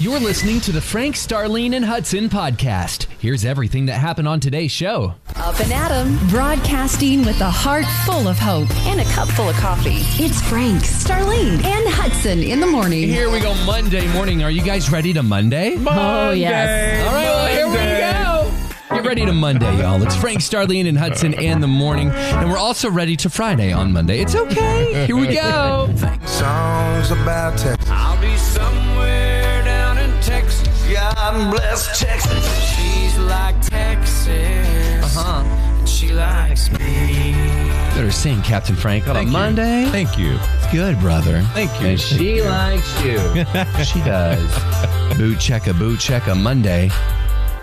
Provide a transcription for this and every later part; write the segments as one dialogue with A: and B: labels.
A: You're listening to the Frank, Starlene, and Hudson podcast. Here's everything that happened on today's show.
B: Up and at 'em, broadcasting with a heart full of hope and a cup full of coffee. It's Frank, Starlene, and Hudson in the morning.
A: Here we go, Monday morning. Are you guys ready to Monday?
B: Oh, yes.
A: All right, well, here we go. Get ready to Monday, y'all. It's Frank, Starlene, and Hudson and the morning. And we're also ready to Friday on Monday. It's okay. Here we go.
C: songs about Texas.
D: I'll be somewhere down in Texas.
C: God bless Texas.
D: She's like Texas. Uh-huh. And she likes me.
A: Better sing, Captain Frank, on a Monday.
E: Thank you.
A: Good, brother. Thank
E: you.
A: And she likes you. she does. Boo checka, boo checka Monday.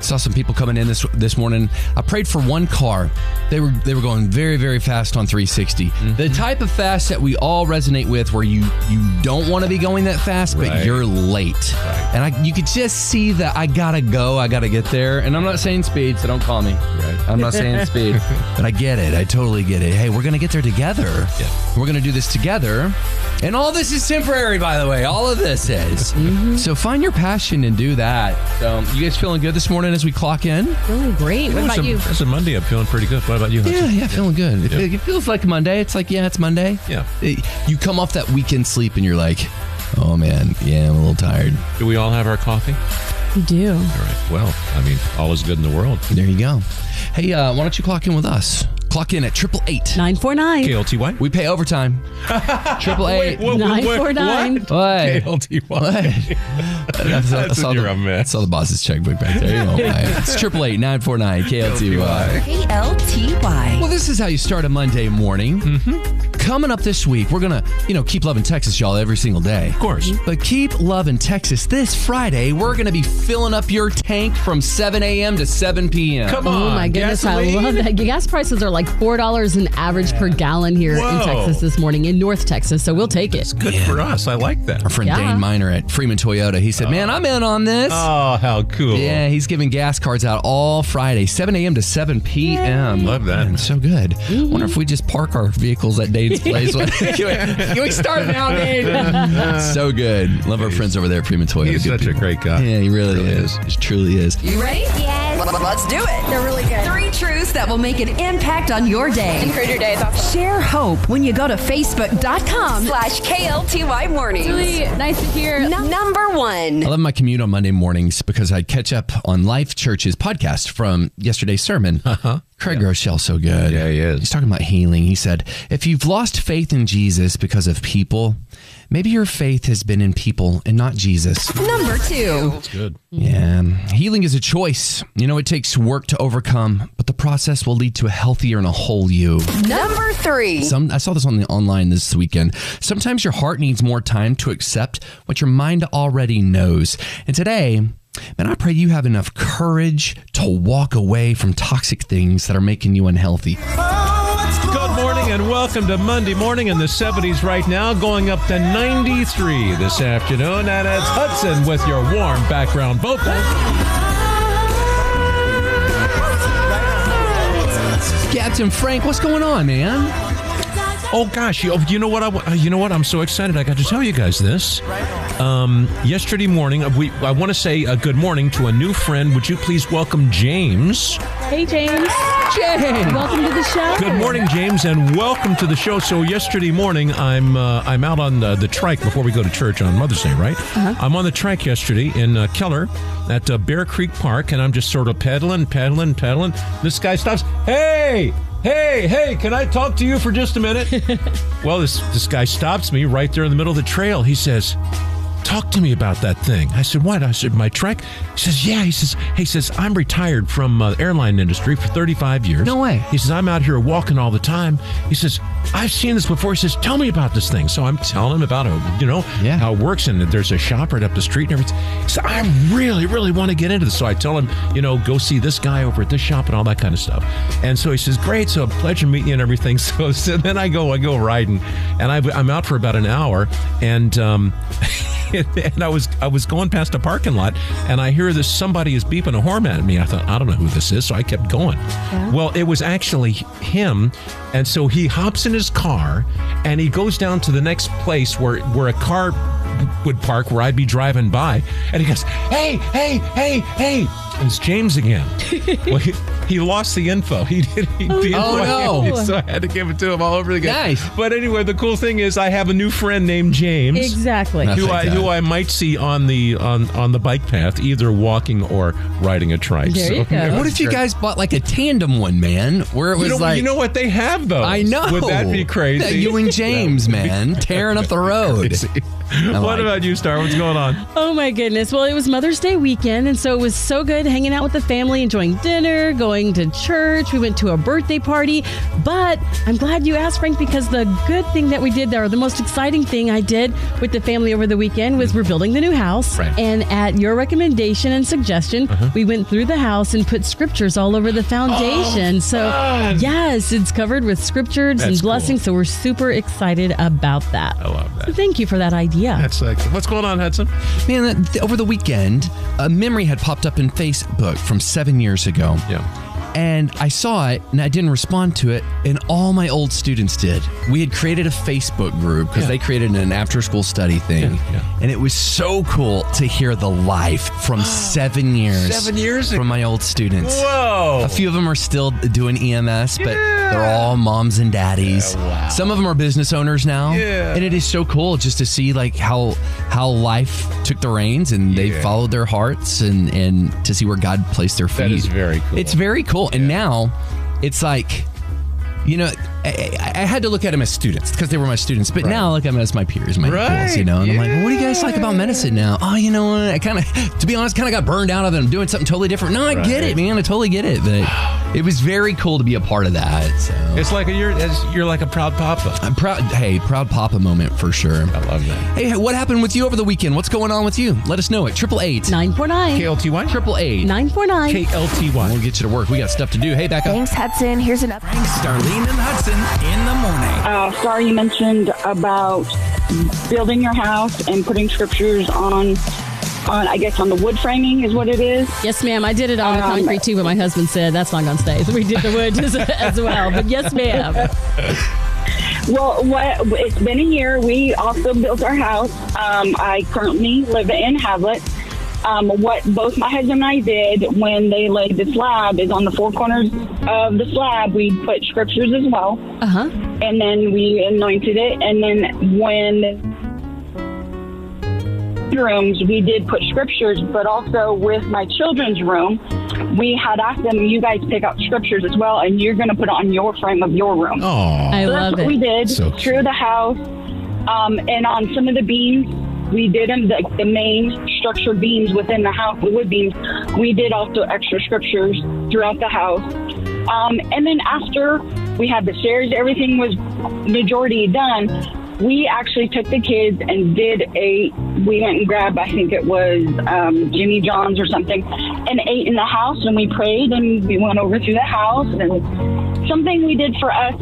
A: Saw some people coming in this this morning. I prayed for one car. They were they were going very very fast on 360.
E: Mm-hmm.
A: The type of fast that we all resonate with, where you you don't want to be going that fast, but
E: Right.
A: you're late, and I you could just see that I gotta go, I gotta get there. And I'm not saying speed, so don't call me.
E: Uh,
A: I'm not saying speed, but I get it. I totally get it. Hey, we're gonna get there together.
E: Yeah.
A: We're gonna do this together. And all this is temporary, by the way. All of this is. So find your passion and do that. Mm-hmm. So you guys feeling good this morning as we clock in?
B: Ooh, great. What
E: It's
B: about
E: a,
B: you?
E: it's a Monday. I'm feeling pretty good. What about you?
A: Yeah,
E: Hudson?
A: yeah, feeling good. It, fe- it feels like Monday. It's like, yeah, it's Monday.
E: Yeah.
A: It- you come off that weekend sleep and you're like, oh man, yeah, I'm a little tired.
E: Do we all have our coffee? All
B: You do.
E: right. Well, I mean, all is good in the world.
A: There you go. Hey, uh, why don't you clock in with us? Clock in at triple eight.
B: 949.
E: KLTY.
A: We pay overtime. Triple eight.
B: Nine four nine.
A: What?
E: KLTY.
A: I saw, I
E: That's
A: saw
E: when
A: the,
E: you're a mess.
A: saw the boss's checkbook back there. You won't mind. It's triple eight nine four nine KLTY.
B: K-L-T-Y.
A: Well, this is how you start a Monday morning.
E: Mm-hmm.
A: Coming up this week, we're gonna, you know, keep loving Texas, y'all, every single day. Mm-hmm.
E: Of course.
A: But keep loving Texas. This Friday, we're gonna be filling up your tank from 7 a.m. to 7 p.m.
E: Come on.
B: Oh my goodness, I
E: gasoline.
B: love that. Gas prices are like $4 an average per gallon here in
E: Whoa.
B: Texas this morning, in North Texas, so we'll take it.
E: Good for us. I like that.
A: Our friend
B: Yeah.
A: Dane Miner at Freeman Toyota, he said,
E: Uh,
A: "Man, I'm in on this."
E: Oh, how cool.
A: Yeah, he's giving gas cards out all Friday, 7 a.m. to 7 p.m.
E: Love that.
A: Man, so good.
E: Mm-hmm.
A: Wonder if we just park our vehicles at Dane's place. Can we- Can we start now, Dane? so good. Love our friends over there at Freeman Toyota.
E: He's
A: Good
E: such a
A: people.
E: great guy.
A: Yeah, he really, is. He truly is.
B: You ready? Yes. Let's do it. They're really good. Three truths that will make an impact on your day. Improve your day. Share hope when you go to facebook.com slash KLTY mornings. nice to hear. number one.
A: I love my commute on Monday mornings because I catch up on Life Church's podcast from yesterday's sermon. Uh-huh. Craig Rochelle's so good.
E: Yeah, he is.
A: He's talking about healing. He said, if you've lost faith in Jesus because of people, maybe your faith has been in people and not Jesus.
B: Number two.
E: It's good.
A: Yeah. Healing is a choice. You know, it takes work to overcome, but the process will lead to a healthier and a whole you.
B: Number three.
A: Some I saw this on the online this weekend. Sometimes your heart needs more time to accept what your mind already knows. And today, man, I pray you have enough courage to walk away from toxic things that are making you unhealthy.
E: Good morning and welcome to Monday morning in the 70s right now, going up to 93 this afternoon. And it's Hudson with your warm background vocal.
A: Captain Frank, what's going on, man?
E: Oh gosh, you, you know what? I, uh, you know what? I'm so excited. I got to tell you guys this. Um, yesterday morning, uh, we I want to say a good morning to a new friend. Would you please welcome James?
F: Hey, James.
A: Jay.
F: Welcome to the show.
E: Good morning, James, and welcome to the show. So yesterday morning, I'm uh, I'm out on the, the trike before we go to church on Mother's Day, right?
A: Uh-huh.
E: I'm on the trike yesterday in uh, Keller at uh, Bear Creek Park, and I'm just sort of pedaling, pedaling, pedaling. This guy stops. Hey, hey, hey! Can I talk to you for just a minute? well, this this guy stops me right there in the middle of the trail. He says. Talk to me about that thing. I said, "What?" I said, "My trek." He says, "Yeah." He says, "He says I'm retired from uh, airline industry for 35 years."
A: No way.
E: He says, I'm out here walking all the time. He says, I've seen this before. He says, Tell me about this thing. So I'm telling him about it, you know,
A: Yeah.
E: how it works. And there's a shop right up the street and everything. He said, I really, really want to get into this. So I tell him, you know, go see this guy over at this shop and all that kind of stuff. And so he says, Great. So a pleasure meeting you and everything. So, so then I go, I go riding and I, I'm out for about an hour. And, um, and I was I was going past a parking lot, and I hear this somebody is beeping a horn at me. I thought I don't know who this is, so I kept going. Well, it was actually him, and so he hops in his car and he goes down to the next place where where a car would park where I'd be driving by, and he goes, "Hey, hey, hey, hey!" It's James again. well, he, he lost the info. He did. He, the
A: Oh,
E: info-
A: no.
E: So I had to give it to him all over again.
A: Nice.
E: But anyway, the cool thing is I have a new friend named James.
F: Exactly.
A: No.
E: Who I
A: Thank God.
E: who I might see on the on on the bike path, either walking or riding a trike.
F: There you go.
A: What if you guys bought like a tandem one, man? Where it was
E: You know,
A: like
E: you know what they have though.
A: I know.
E: Would that be crazy?
A: That you and James, man, tearing up the road.
E: what
A: like
E: about you, Star? What's going on?
F: Oh my goodness. Well, it was Mother's Day weekend, and so it was so good hanging out with the family, enjoying dinner, going to church. We went to a birthday party. But I'm glad you asked, Frank, because the good thing that we did there, or the most exciting thing I did with the family over the weekend, was we're building the new house.
E: Right. Uh-huh.
F: And at your recommendation and suggestion, we went through the house and put scriptures all over the foundation. so, yes, it's covered with scriptures
E: Oh, That's
F: and
E: cool.
F: blessings. So, we're super excited about that. I
E: love that.
F: Thank you for that idea.
E: That's like what's going on, Hudson?
A: Man, that- th- over the weekend, a memory had popped up in Facebook from seven years ago.
E: Yeah.
A: And I saw it and I didn't respond to it, and all my old students did. We had created a Facebook group because
E: Yeah.
A: they created an after school study thing.
E: Yeah, yeah.
A: And it was so cool to hear the life from seven years.
E: Seven years
A: From
E: ago.
A: my old students.
E: Whoa.
A: A few of them are still doing EMS, but
E: Yeah.
A: they're all moms and daddies. Some of them are business owners now.
E: Yeah.
A: And it is so cool just to see like how how life took the reins and they
E: Yeah.
A: followed their hearts and and to see where God placed their feet.
E: That is very cool.
A: It's very cool. And now it's like you know, I, I I had to look at them as students because they were my students, but now I look at them as my peers, my
E: Right.
A: equals, you know. And I'm like,
E: Yeah.
A: what do you guys like about medicine now? Oh, you know what? I kind of, to be honest, kind of got burned out of it. I'm doing something totally different. No, I get it, man. I totally get it. But it was very cool to be a part of that. So.
E: It's like a, you're it's, you're like a proud papa.
A: I'm proud. Hey, proud papa moment for sure.
E: I love that.
A: Hey, what happened with you over the weekend? What's going on with you? Let us know at triple eight.
F: 949.
E: KLTY.
A: Triple eight.
F: 949.
E: KLTY.
A: We'll get you to work. We got stuff to do. Hey, back up.
G: Thanks, Hudson. Here's another.
C: Starlene and Hudson in the morning.
H: Uh, Star, you mentioned about building your house and putting scriptures on, on I guess on the wood framing is what it is.
F: Yes, ma'am. I did it on the
H: Um,
F: concrete too, but my husband said that's not going to stay. So we did the wood as, as well. But yes, ma'am.
H: Well, what, it's been a year. We also built our house. Um, I currently live in Havlet. Um, what both my husband and I did when they laid the slab is on the four corners of the slab, we put scriptures as well,
F: Uh huh.
H: and then we anointed it. And then when rooms, we did put scriptures, but also with my children's room, we had asked them, "You guys pick out scriptures as well, and you're going to put it on your frame of your room."
E: Oh.
F: I
H: So that's
F: love
H: what we
F: it.
H: did
E: So cute.
H: through the house, um, and on some of the beams, we did them like the main structure beams within the house, the wood beams. We did also extra scriptures throughout the house, um, and then after we had the stairs, everything was majority done. We actually took the kids and did a. We went and grabbed, I think it was um, Jimmy John's or something, and ate in the house. And we prayed and we went over through the house. And something we did for us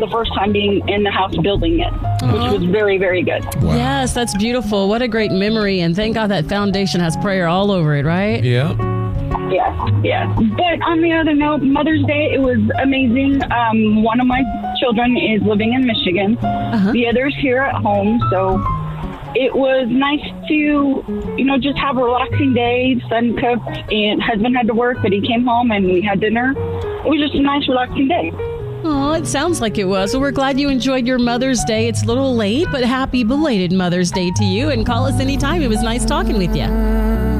H: the first time being in the house building it, which was very, very good.
F: Yes, that's beautiful. What a great memory. And thank God that foundation has prayer all over it, right?
E: Yeah.
H: Yes, yes. But on the other note, Mother's Day, it was amazing. Um, one of my children is living in Michigan, the other's here at home. So it was nice to, you know, just have a relaxing day. Son cooked, and husband had to work, but he came home and we had dinner. It was just a nice, relaxing day.
F: Oh, it sounds like it was. Well, we're glad you enjoyed your Mother's Day. It's a little late, but happy belated Mother's Day to you. And call us anytime. It was nice talking with you.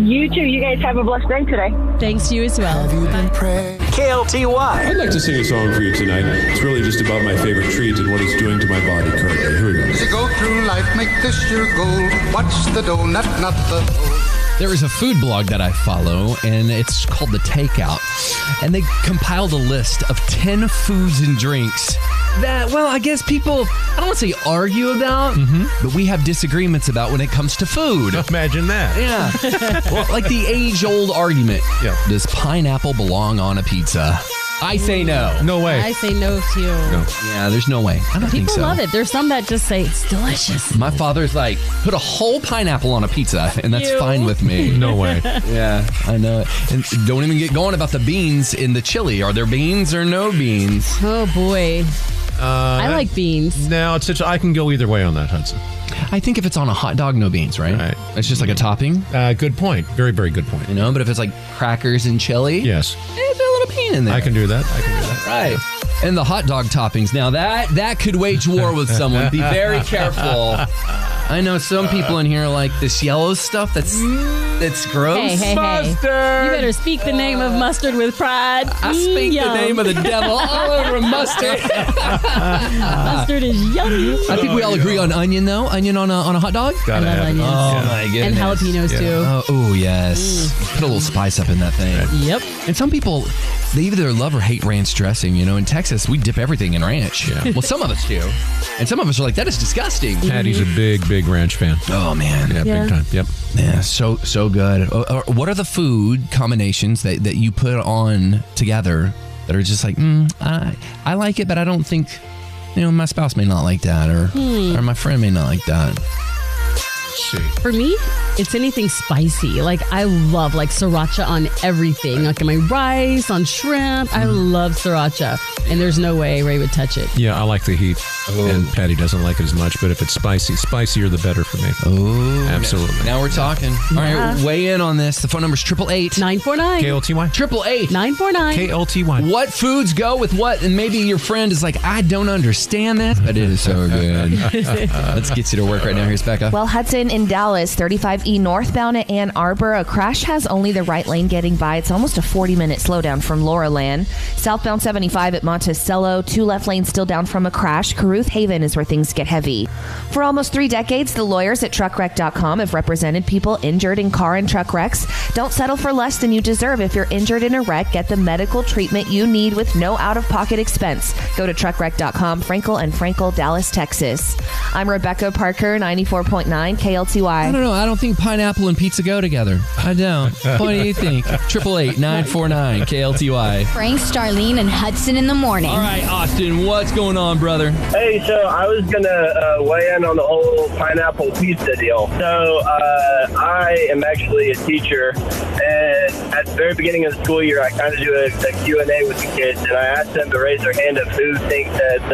H: You too. You guys have a blessed day today.
F: Thanks to you as well.
C: You've been praying.
I: I'd like to sing a song for you tonight. It's really just about my favorite treat and what it's doing to my body currently. Here we go.
J: You go through life, make this your goal. Watch the donut, not the hole.
A: There is a food blog that I follow, and it's called The Takeout. And they compiled a list of 10 foods and drinks that, well, I guess people, I don't want to say argue about, but we have disagreements about when it comes to food.
E: Imagine that.
A: Yeah. well, like the age old argument
E: Yeah.
A: Does pineapple belong on a pizza? I say no.
E: No way.
F: I say no to you.
A: Yeah, there's no way. I don't think
F: People
A: so.
F: love it. There's some that just say it's delicious.
A: My father's like, put a whole pineapple on a pizza, and that's
F: Ew.
A: fine with me.
E: No way.
A: Yeah, I know it. And don't even get going about the beans in the chili. Are there beans or no beans?
F: Oh, boy.
E: Uh,
F: I like beans.
E: Now it's such. I can go either way on that, Hudson.
A: I think if it's on a hot dog, no beans, right? Right. It's just like a topping.
E: Uh, good point. Very, very good point.
A: You know, but if it's like crackers and chili,
E: yes,
A: eh, throw a little bean in there.
E: I can do that. I can do that.
A: Right. And the hot dog toppings. Now that that could wage war with someone. Be very careful. I know some people in here like this yellow stuff that's that's gross.
F: Hey, hey, hey. You better speak the name of mustard with pride.
A: I speak the name of the devil all over mustard.
F: mustard is yummy.
A: I think we all agree on onion though. Onion on a, on a hot dog.
E: Gotta
F: love
E: have it.
F: onions.
A: Oh my goodness.
F: and jalapenos, too.
A: Oh, ooh, yes. Put a little spice up in that thing.
F: Yep.
A: And some people, they either love or hate ranch dressing. You know, in Texas, we dip everything in ranch.
E: Yeah.
A: Well, some of us do, and some of us are like, that is disgusting.
E: Patty's a big, big ranch fan.
A: Oh man,
E: Yeah,
F: Yeah.
E: big time. Yep.
A: yeah, so so good. Uh, uh, what are the food combinations that that you put on together that are just like, mm, I I like it, but I don't think. You know, my spouse may not like that, or
F: Hmm.
A: or my friend may not like that.
E: Let's see.
F: For me, it's anything spicy. Like I love like sriracha on everything. Like on my rice, on shrimp. I
A: Mm.
F: love sriracha, and there's no way Ray would touch it.
E: Yeah, I like the heat, and Patty doesn't like it as much. But if it's spicy, spicier the better for me.
A: Oh,
E: Absolutely.
A: Now we're talking. All right, weigh in on this. The phone number is triple eight.
F: Nine four nine.
E: KLTY.
A: Triple eight.
F: Nine four
E: K
F: nine.
E: L T Y.
A: What foods go with what? And maybe your friend is like, I don't understand that, but it is so good. Let's get you to work right now. Here's Becca.
G: Well, Hudson in Dallas, 35E northbound at Ann Arbor. A crash has only the right lane getting by. It's almost a 40 minute slowdown from Laura Land. Southbound 75 at Monticello. Two left lanes still down from a crash. Caruth Haven is where things get heavy. For almost three decades, the lawyers at truckwreck.com have represented people injured in car and truck wrecks. Don't settle for less than you deserve. If you're injured in a wreck, get the medical treatment you need with no out of pocket expense. Go to truckwreck.com, Frankel and Frankel, Dallas, Texas. I'm Rebecca Parker, 94.9
A: I don't
G: KLTY.
A: know. I don't think pineapple and pizza go together. I don't. What do you think? Triple eight nine four nine KLTY.
K: Frank, Starlene, and Hudson in the morning.
A: All right, Austin, what's going on, brother?
L: Hey, so I was gonna uh, weigh in on the whole pineapple pizza deal. So uh, I am actually a teacher, and at the very beginning of the school year, I kind of do a, a Q and A with the kids, and I asked them to raise their hand of who thinks that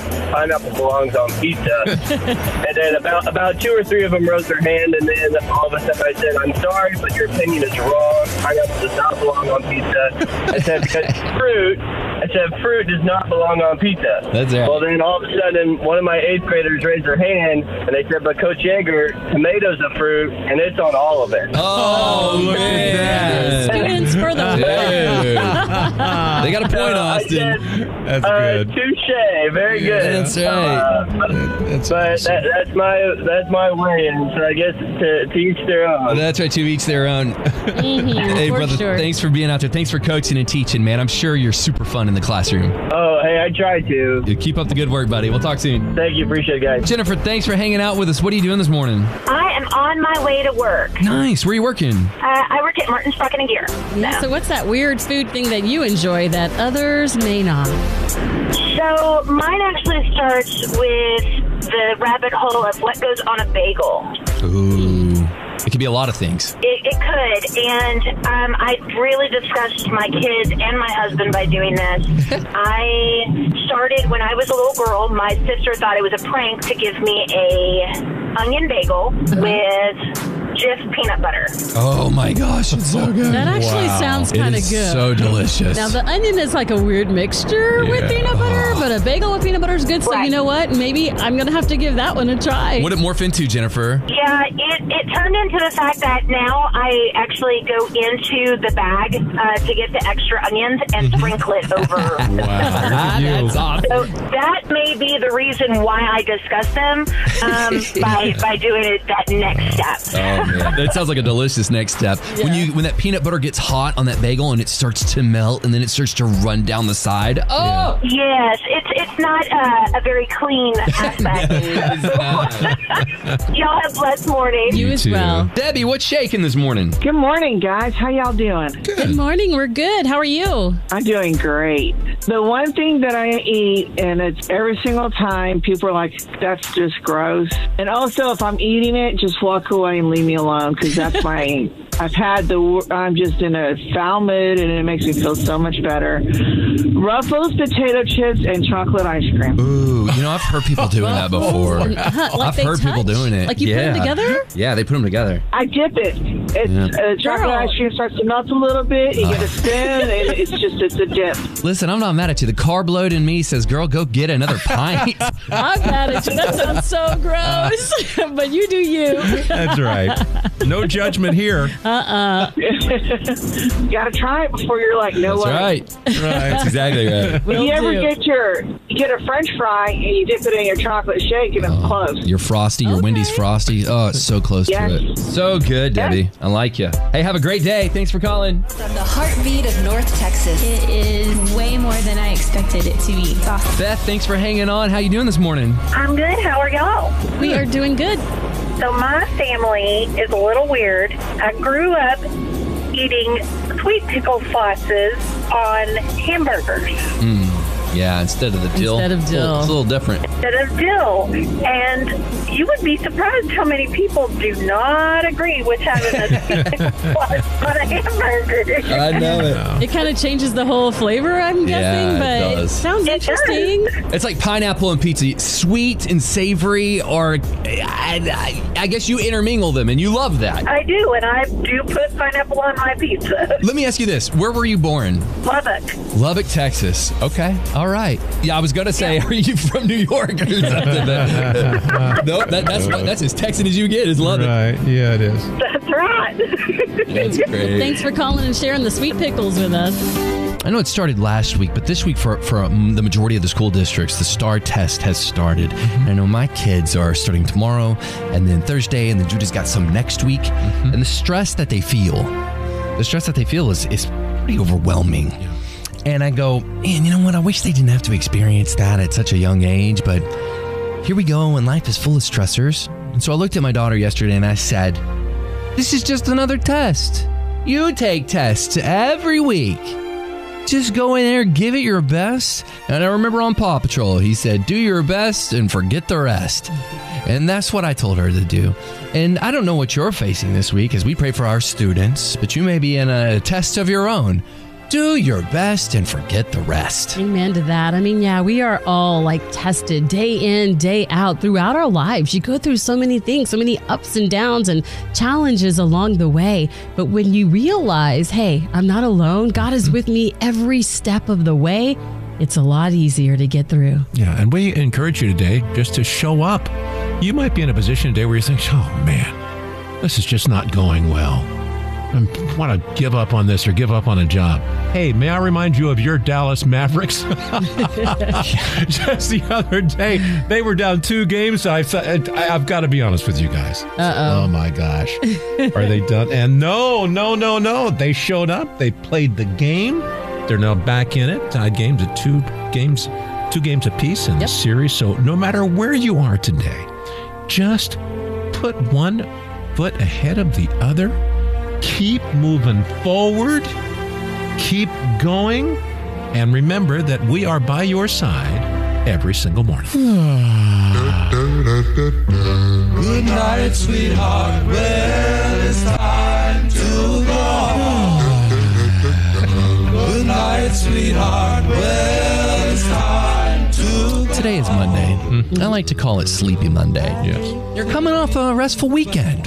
L: uh, pineapple belongs on pizza. and then about about two or three of them raised their hand, and then all of a sudden I said, "I'm sorry, but your opinion is wrong. Pineapple does not belong on pizza." I said because fruit. I said fruit does not belong on pizza.
A: That's right.
L: Well, then all of a sudden, one of my eighth graders raised their hand and they said, "But Coach Yeager, tomatoes a fruit, and it's on all of it."
A: Oh, man.
F: Students for the
A: They got a point, Austin.
L: That's good. Uh, Touche. Very good.
A: That's right.
L: Uh,
A: That's
L: but that, that's my that's my way, and so I guess to, to each their own.
A: That's right. To each their own. hey,
F: for
A: brother.
F: sure.
A: Thanks for being out there. Thanks for coaching and teaching, man. I'm sure you're super fun in the classroom.
L: Oh, hey, I tried to.
A: Keep up the good work, buddy. We'll talk soon.
L: Thank you. Appreciate it, guys.
A: Jennifer, thanks for hanging out with us. What are you doing this morning?
K: I am on my way to work.
A: Nice. Where are you working?
K: Uh, I work at Martin's Bucket and Gear.
F: So what's that weird food thing that you enjoy that others may not?
K: So mine actually starts with the rabbit hole of what goes on a bagel.
A: Ooh. It could be a lot of things.
K: It, it could, and um, I really disgust my kids and my husband by doing this. I started when I was a little girl. My sister thought it was a prank to give me a onion bagel with just peanut butter.
A: Oh my gosh, it's so good.
F: That actually sounds
A: It
F: kind of
A: is
F: good.
A: So delicious.
F: Now the onion is like a weird mixture with
E: Yeah.
F: peanut butter,
A: Oh.
F: but a bagel with peanut butter is good. So
K: Right.
F: you know what? Maybe I'm gonna have to give that one a try.
A: what did it morph into, Jennifer?
K: Yeah, it, it turned into the fact that now I actually go into the bag uh, to get the extra onions and sprinkle it over.
A: Ah, that's awesome.
K: So that may be the reason why I discuss them um, by by doing it that next step.
A: Oh man, that sounds like a delicious next step. When you when that peanut butter gets hot on that bagel and it starts to melt and then it starts to run down the side. Oh,
K: Yes, it's it's not uh, a very clean aspect.
A: It is not.
K: Y'all have blessed morning.
F: you as
E: too.
F: well.
A: Debbie, what's shaking this morning?
L: Good morning, guys. How y'all doing?
F: Good morning. We're good. How are you?
L: I'm doing great. The one thing that I eat, and it's every single time, people are like, that's just gross. And also, if I'm eating it, just walk away and leave me alone because that's my
M: I've had the. wor- I'm just in a foul mood, and it makes me feel so much better. Ruffles potato chips and chocolate ice cream.
A: Ooh, you know, I've heard people doing that before.
M: Like
A: I've
M: they
A: heard people
M: touch?
A: doing it.
M: Like you put
A: yeah.
M: 'em together?
A: Yeah, they put them together.
M: I dip it. It's
A: Yeah.
M: uh, chocolate ice cream starts to melt a little bit. You get a spin, and it's just it's a dip.
A: Listen, I'm not mad at you. The carb load in me says, girl, go get another pint.
F: I'm mad at you. That sounds so gross, but you do you.
E: That's right. No judgment here.
F: Uh-uh.
M: Gotta try it before you're like, no way.
A: exactly right.
M: When you ever get your you get a French fry and you dip it in your chocolate shake and it's close.
A: Your frosty, your Wendy's frosty. Oh, it's so close
M: Yes.
A: to it. So good, Debbie. I like you. Hey, have a great day. Thanks for calling.
N: From the heartbeat of North Texas. It is way more than I expected it to be. It's awesome.
A: Beth, thanks for hanging on. How you doing this morning?
K: I'm good. How are y'all?
F: We are doing good.
K: So my family is a little weird. I grew up eating sweet pickle sauces on hamburgers.
A: Mm, yeah, instead of the dill.
K: Instead of
A: It's a little-
K: dill.
A: It's a little different.
K: instead of dill. And you would be surprised how many people do not agree with having a on a hamburger.
A: I know it.
F: It kind of changes the whole flavor, I'm
A: Yeah,
F: guessing,
A: it
F: but
A: does.
F: sounds interesting.
A: It's like pineapple and pizza, sweet and savory, or I, I, I guess you intermingle them and you love that.
K: I do, and I do put pineapple on my pizza.
A: Let me ask you this: Where were you born?
K: Lubbock.
A: Lubbock, Texas. Okay, all right. Yeah, I was gonna say, are you from New York or something? but- nope, that, that's that's as Texan as you get is Lubbock. Right? Yeah, it is.
K: That's right.
A: That's great.
F: Thanks for calling and sharing the sweet pickles with us.
A: I know it started last week, but this week for for um, the majority of the school districts, the STAR test has started. And I know my kids are starting tomorrow, and then Thursday, and then Judah's got some next week. And the stress that they feel, the stress that they feel is is pretty overwhelming. And I go, man, you know what? I wish they didn't have to experience that at such a young age, but here we go, and life is full of stressors. And so I looked at my daughter yesterday, and I said, "This is just another test. You take tests every week." Just go in there, give it your best. And I remember on Paw Patrol, he said, Do your best and forget the rest. And that's what I told her to do. And I don't know what you're facing this week as we pray for our students, but you may be in a test of your own. Do your best and forget the rest.
F: Amen to that. I mean, yeah, we are all like tested day in, day out throughout our lives. You go through so many things, so many ups and downs and challenges along the way. But when you realize, hey, I'm not alone, God is with me every step of the way, it's a lot easier to get through.
E: Yeah, and we encourage you today just to show up. You might be in a position today where you think, oh man, this is just not going well. I want to give up on this or give up on a job. Hey, may I remind you of your Dallas Mavericks? just the other day, they were down two games. I thought, I, I've got to be honest with you guys.
F: Uh-oh.
E: Oh my gosh. Are they done? And no, no, no, no. They showed up. They played the game. They're now back in it. Tied games at two games, two games apiece in the series. So no matter where you are today, just put one foot ahead of the other. Keep moving forward. Keep going. And remember that we are by your side every single morning.
C: Good night, sweetheart. Well, it's time to go. Good night, sweetheart. Well, it's time to
A: Today is Monday. I like to call it Sleepy Monday. Yes. You're coming off a restful weekend,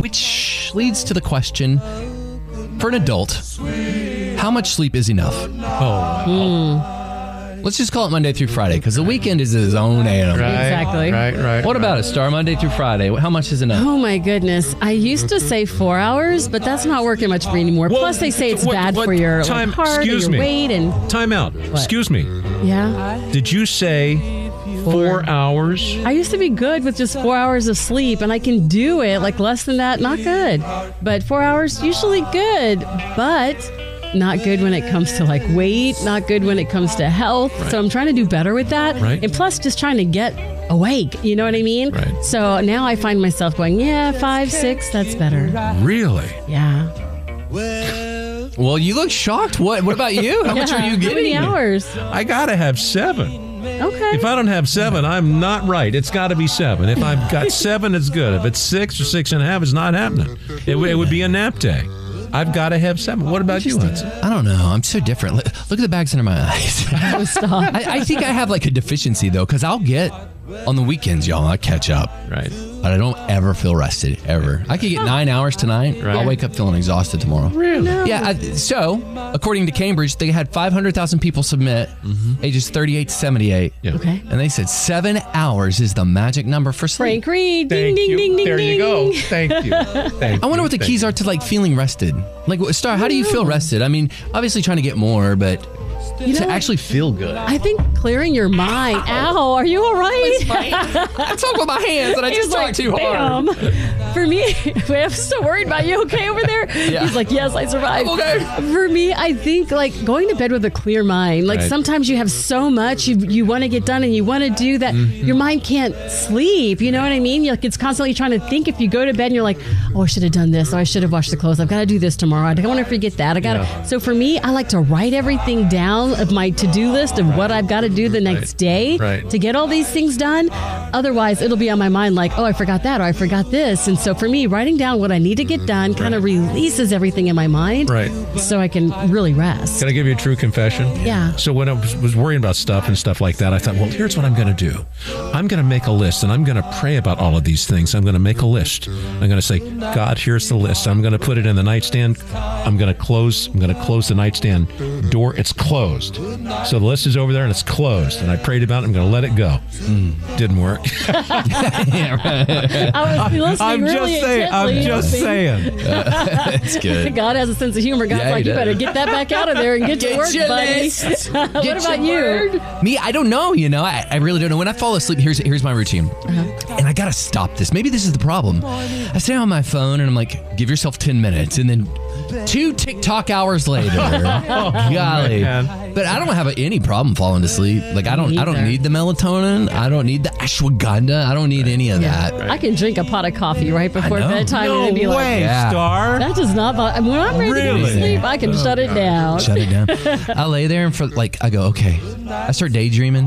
A: which leads to the question for an adult how much sleep is enough? Oh. Let's just call it Monday through Friday because the weekend is its own animal.
F: Right, Exactly. right, right,
A: What about it, Star? Monday through Friday. How much is enough?
F: Oh my goodness. I used to say four hours, but that's not working much for me anymore. Plus, they say it's
E: What-
F: bad
E: what
F: for your like,
E: time-
F: heart and
E: excuse
F: your
E: me.
F: weight and
E: Time out. Excuse me.
F: yeah.
E: Did you say four hours?
F: I used to be good with just four hours of sleep, and I can do it. Like less than that, not good. But four hours, usually good, but not good when it comes to like weight, not good when it comes to health. So I'm trying to do better with that.
O: Right.
F: And plus, just trying to get awake. You know what I mean? Right. So now I find myself going, yeah, five, six, that's better.
E: Really?
F: Yeah.
A: Well, you look shocked. What What about you? How much
F: Yeah,
A: are you
F: how many
A: getting?
F: hours?
E: I gotta have seven.
F: Okay.
E: If I don't have seven, I'm not right. It's got to be seven. If I've got seven, it's good. If it's six or six and a half, it's not happening. It, w- it would be a nap day. I've got to have seven. What about you, Hudson?
A: I don't know. I'm so different. Look, look at the bags under my eyes.
F: Oh, stop.
A: I, I think I have like a deficiency though, because I'll get on the weekends, y'all. I catch up.
E: Right.
A: But I don't ever feel rested ever. I could get nine hours tonight. I'll wake up feeling exhausted tomorrow.
E: Really?
A: Yeah. I, so, according to Cambridge, they had 500,000 people submit ages 38 to 78.
F: Okay.
A: And they said seven hours is the magic number for sleep.
F: Frank Reed. Ding,
A: Thank
F: ding,
A: you.
F: ding, ding,
A: There
F: ding.
A: you go.
E: Thank you.
A: I wonder what the keys are to like feeling rested. Like, what- Star, how do you feel rested? I mean, obviously trying to get more, but
F: You
A: to
F: know-
A: actually feel good.
F: I think clearing your mind. Ow, are you all right?
A: I talk with my hands and I
F: He's
A: just talk
F: like,
A: too hard.
F: "Bam." For me, wait, I'm so worried about you. Okay, over there.
A: Yeah.
F: He's like, yes, I survived.
A: I'm okay.
F: For me, I think like going to bed with a clear mind. Like
E: Right.
F: sometimes you have so much you you want to get done and you want to do that.
A: Mm-hmm.
F: Your mind can't sleep. You know what I mean? You're, like it's constantly trying to think. If you go to bed and you're like, oh, I should have done this. or I should have washed the clothes. I've got to do this tomorrow. I don't want to forget that. I got to.
E: Yeah.
F: So for me, I like to write everything down of my to do list of what I've got to do the next day
E: Right.
F: to get all these things done. Otherwise, it'll be on my mind like, oh, I forgot that or I forgot this. And so for me, writing down what I need to get done kind of releases everything in my mind.
E: Right.
F: So I can really rest.
E: Can I give you a true confession?
F: Yeah.
E: So when I was was worrying about stuff and stuff like that, I thought, well, here's what I'm going to do. I'm going to make a list and I'm going to pray about all of these things. I'm going to make a list. I'm going to say, God, here's the list. I'm going to put it in the nightstand. I'm going to close. I'm going to close the nightstand door. It's closed. So the list is over there and it's closed. And I prayed about it. I'm going to let it go. Didn't work.
F: I was Oh, listening
E: I'm
F: really
E: just saying. I'm
F: intently,
E: just
F: hoping-
E: saying.
A: That's good.
F: God has a sense of humor. God's
A: Yeah, he
F: like, you
A: does.
F: better get that back out of there and get, to work, buddy. what about you?
A: Me, I don't know. You know, I, I really don't know. When I fall asleep, here's here's my routine,
F: Uh-huh.
A: and I gotta stop this. Maybe this is the problem. I stay on my phone and I'm like, give yourself ten minutes, and then two TikTok hours later,
F: Oh,
A: golly.
E: Oh, man.
A: But I don't have any problem falling to sleep. Like I don't I don't
F: neither.
A: need the melatonin. I don't need the ashwagandha. I don't need any of that.
F: I can drink a pot of coffee right before
A: know.
F: bedtime
E: No
F: and it'd be
E: way,
F: like,
A: Yeah.
E: Star.
F: that does not bother. When I'm ready to go to
E: Really?
F: sleep, I
A: Oh,
F: can shut it down.
A: Shut it down. I lay there and for like I go, okay. I start daydreaming.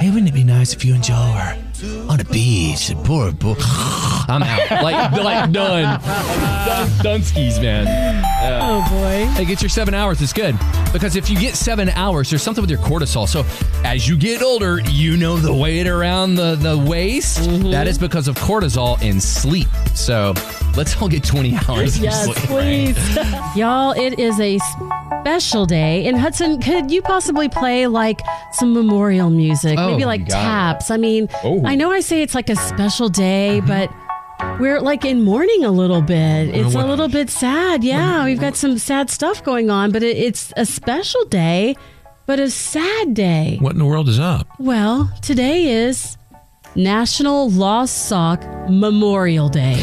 A: Hey, wouldn't it be nice if you and Joe were on a beach at Bora Bora? I'm out. Like like done. Done, done skis, man. Yeah.
F: Oh boy.
A: Hey, get your seven hours. It's good because if you get seven hours, there's something with your cortisol. So as you get older, you know the weight around the the waist.
F: Mm-hmm.
A: That is because of cortisol and sleep. So let's all get 20 hours.
F: Yes,
A: of sleep.
F: please. Y'all, it is a special day. And Hudson, could you possibly play like some memorial music?
A: Oh,
F: Maybe like
A: God.
F: taps. I mean,
A: Oh. Mm-hmm.
F: I know I say it's like a special day, but we're like in mourning a little bit. It's a
A: what-
F: little bit sad. Yeah, we've got some sad stuff going on, but it, it's a special day, but a sad day.
E: What in the world is up?
F: Well, today is National Lost Sock Memorial Day.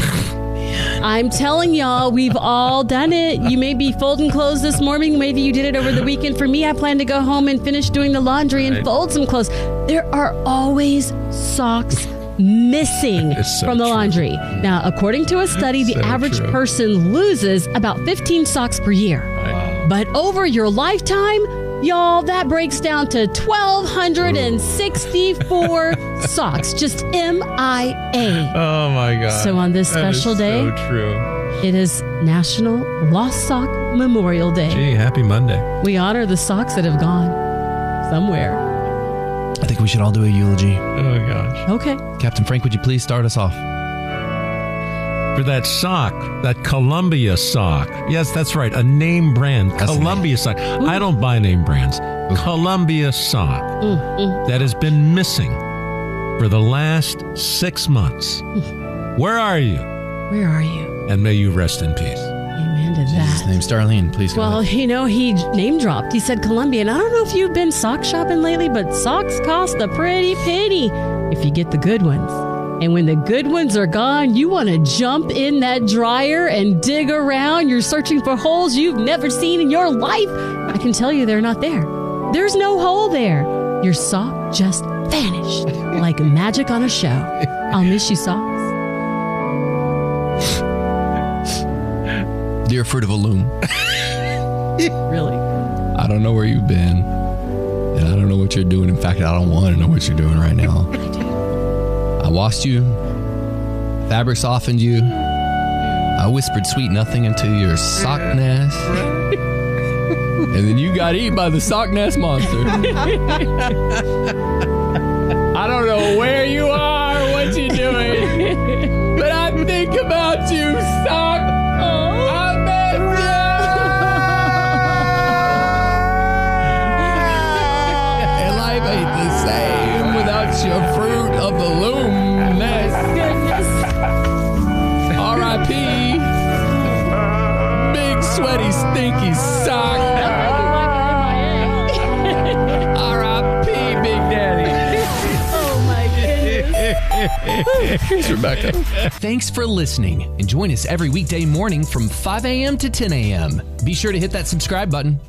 F: I'm telling y'all, we've all done it. You may be folding clothes this morning. Maybe you did it over the weekend. For me, I plan to go home and finish doing the laundry and
E: Right.
F: fold some clothes. There are always socks missing
E: It's so
F: from the
E: true.
F: laundry. Now, according to a study, the
E: So
F: average
E: true.
F: person loses about 15 socks per year. But over your lifetime, y'all, that breaks down to 1,264 socks. Just MIA.
E: Oh my God.
F: So on this
E: That is
F: special day-
E: so true.
F: It is National Lost Sock Memorial Day.
E: Gee, happy Monday.
F: We honor the socks that have gone somewhere.
A: I think we should all do a eulogy.
E: Oh gosh.
F: Okay.
A: Captain Frank, would you please start us off?
E: For that sock, that Columbia sock. Yes, that's right. A name brand.
A: That's a
E: Columbia sock. I don't buy name brands. Columbia sock that has been missing for the last six months. Where are you?
F: Where are you?
E: And may you rest in peace.
F: Amen to that.
A: His name's Darlene. Please go.
F: Well,
A: ahead.
F: you know, he name dropped. He said Columbia. And I don't know if you've been sock shopping lately, but socks cost a pretty penny if you get the good ones. And when the good ones are gone, you want to jump in that dryer and dig around. You're searching for holes you've never seen in your life. I can tell you they're not there. There's no hole there. Your sock just vanished like magic on a show. I'll miss you, socks.
A: Dear Fruit of a Loom,
F: Really?
A: I don't know where you've been, And I don't know what you're doing. In fact, I don't want to know what you're doing right now. I washed you, fabric softened you. I whispered sweet nothing into your sock nest. and then you got eaten by the sock nest monster. I don't know where you are, what you're doing, but I think about you, sock. I miss you. And life ain't the same without your fruit of the loom nest. R.I.P. Big sweaty stinky sock. R.I.P. Big Daddy.
C: Oh my
A: It's Rebecca. Thanks for listening and join us every weekday morning from 5 a.m. to 10 a.m. Be sure to hit that subscribe button.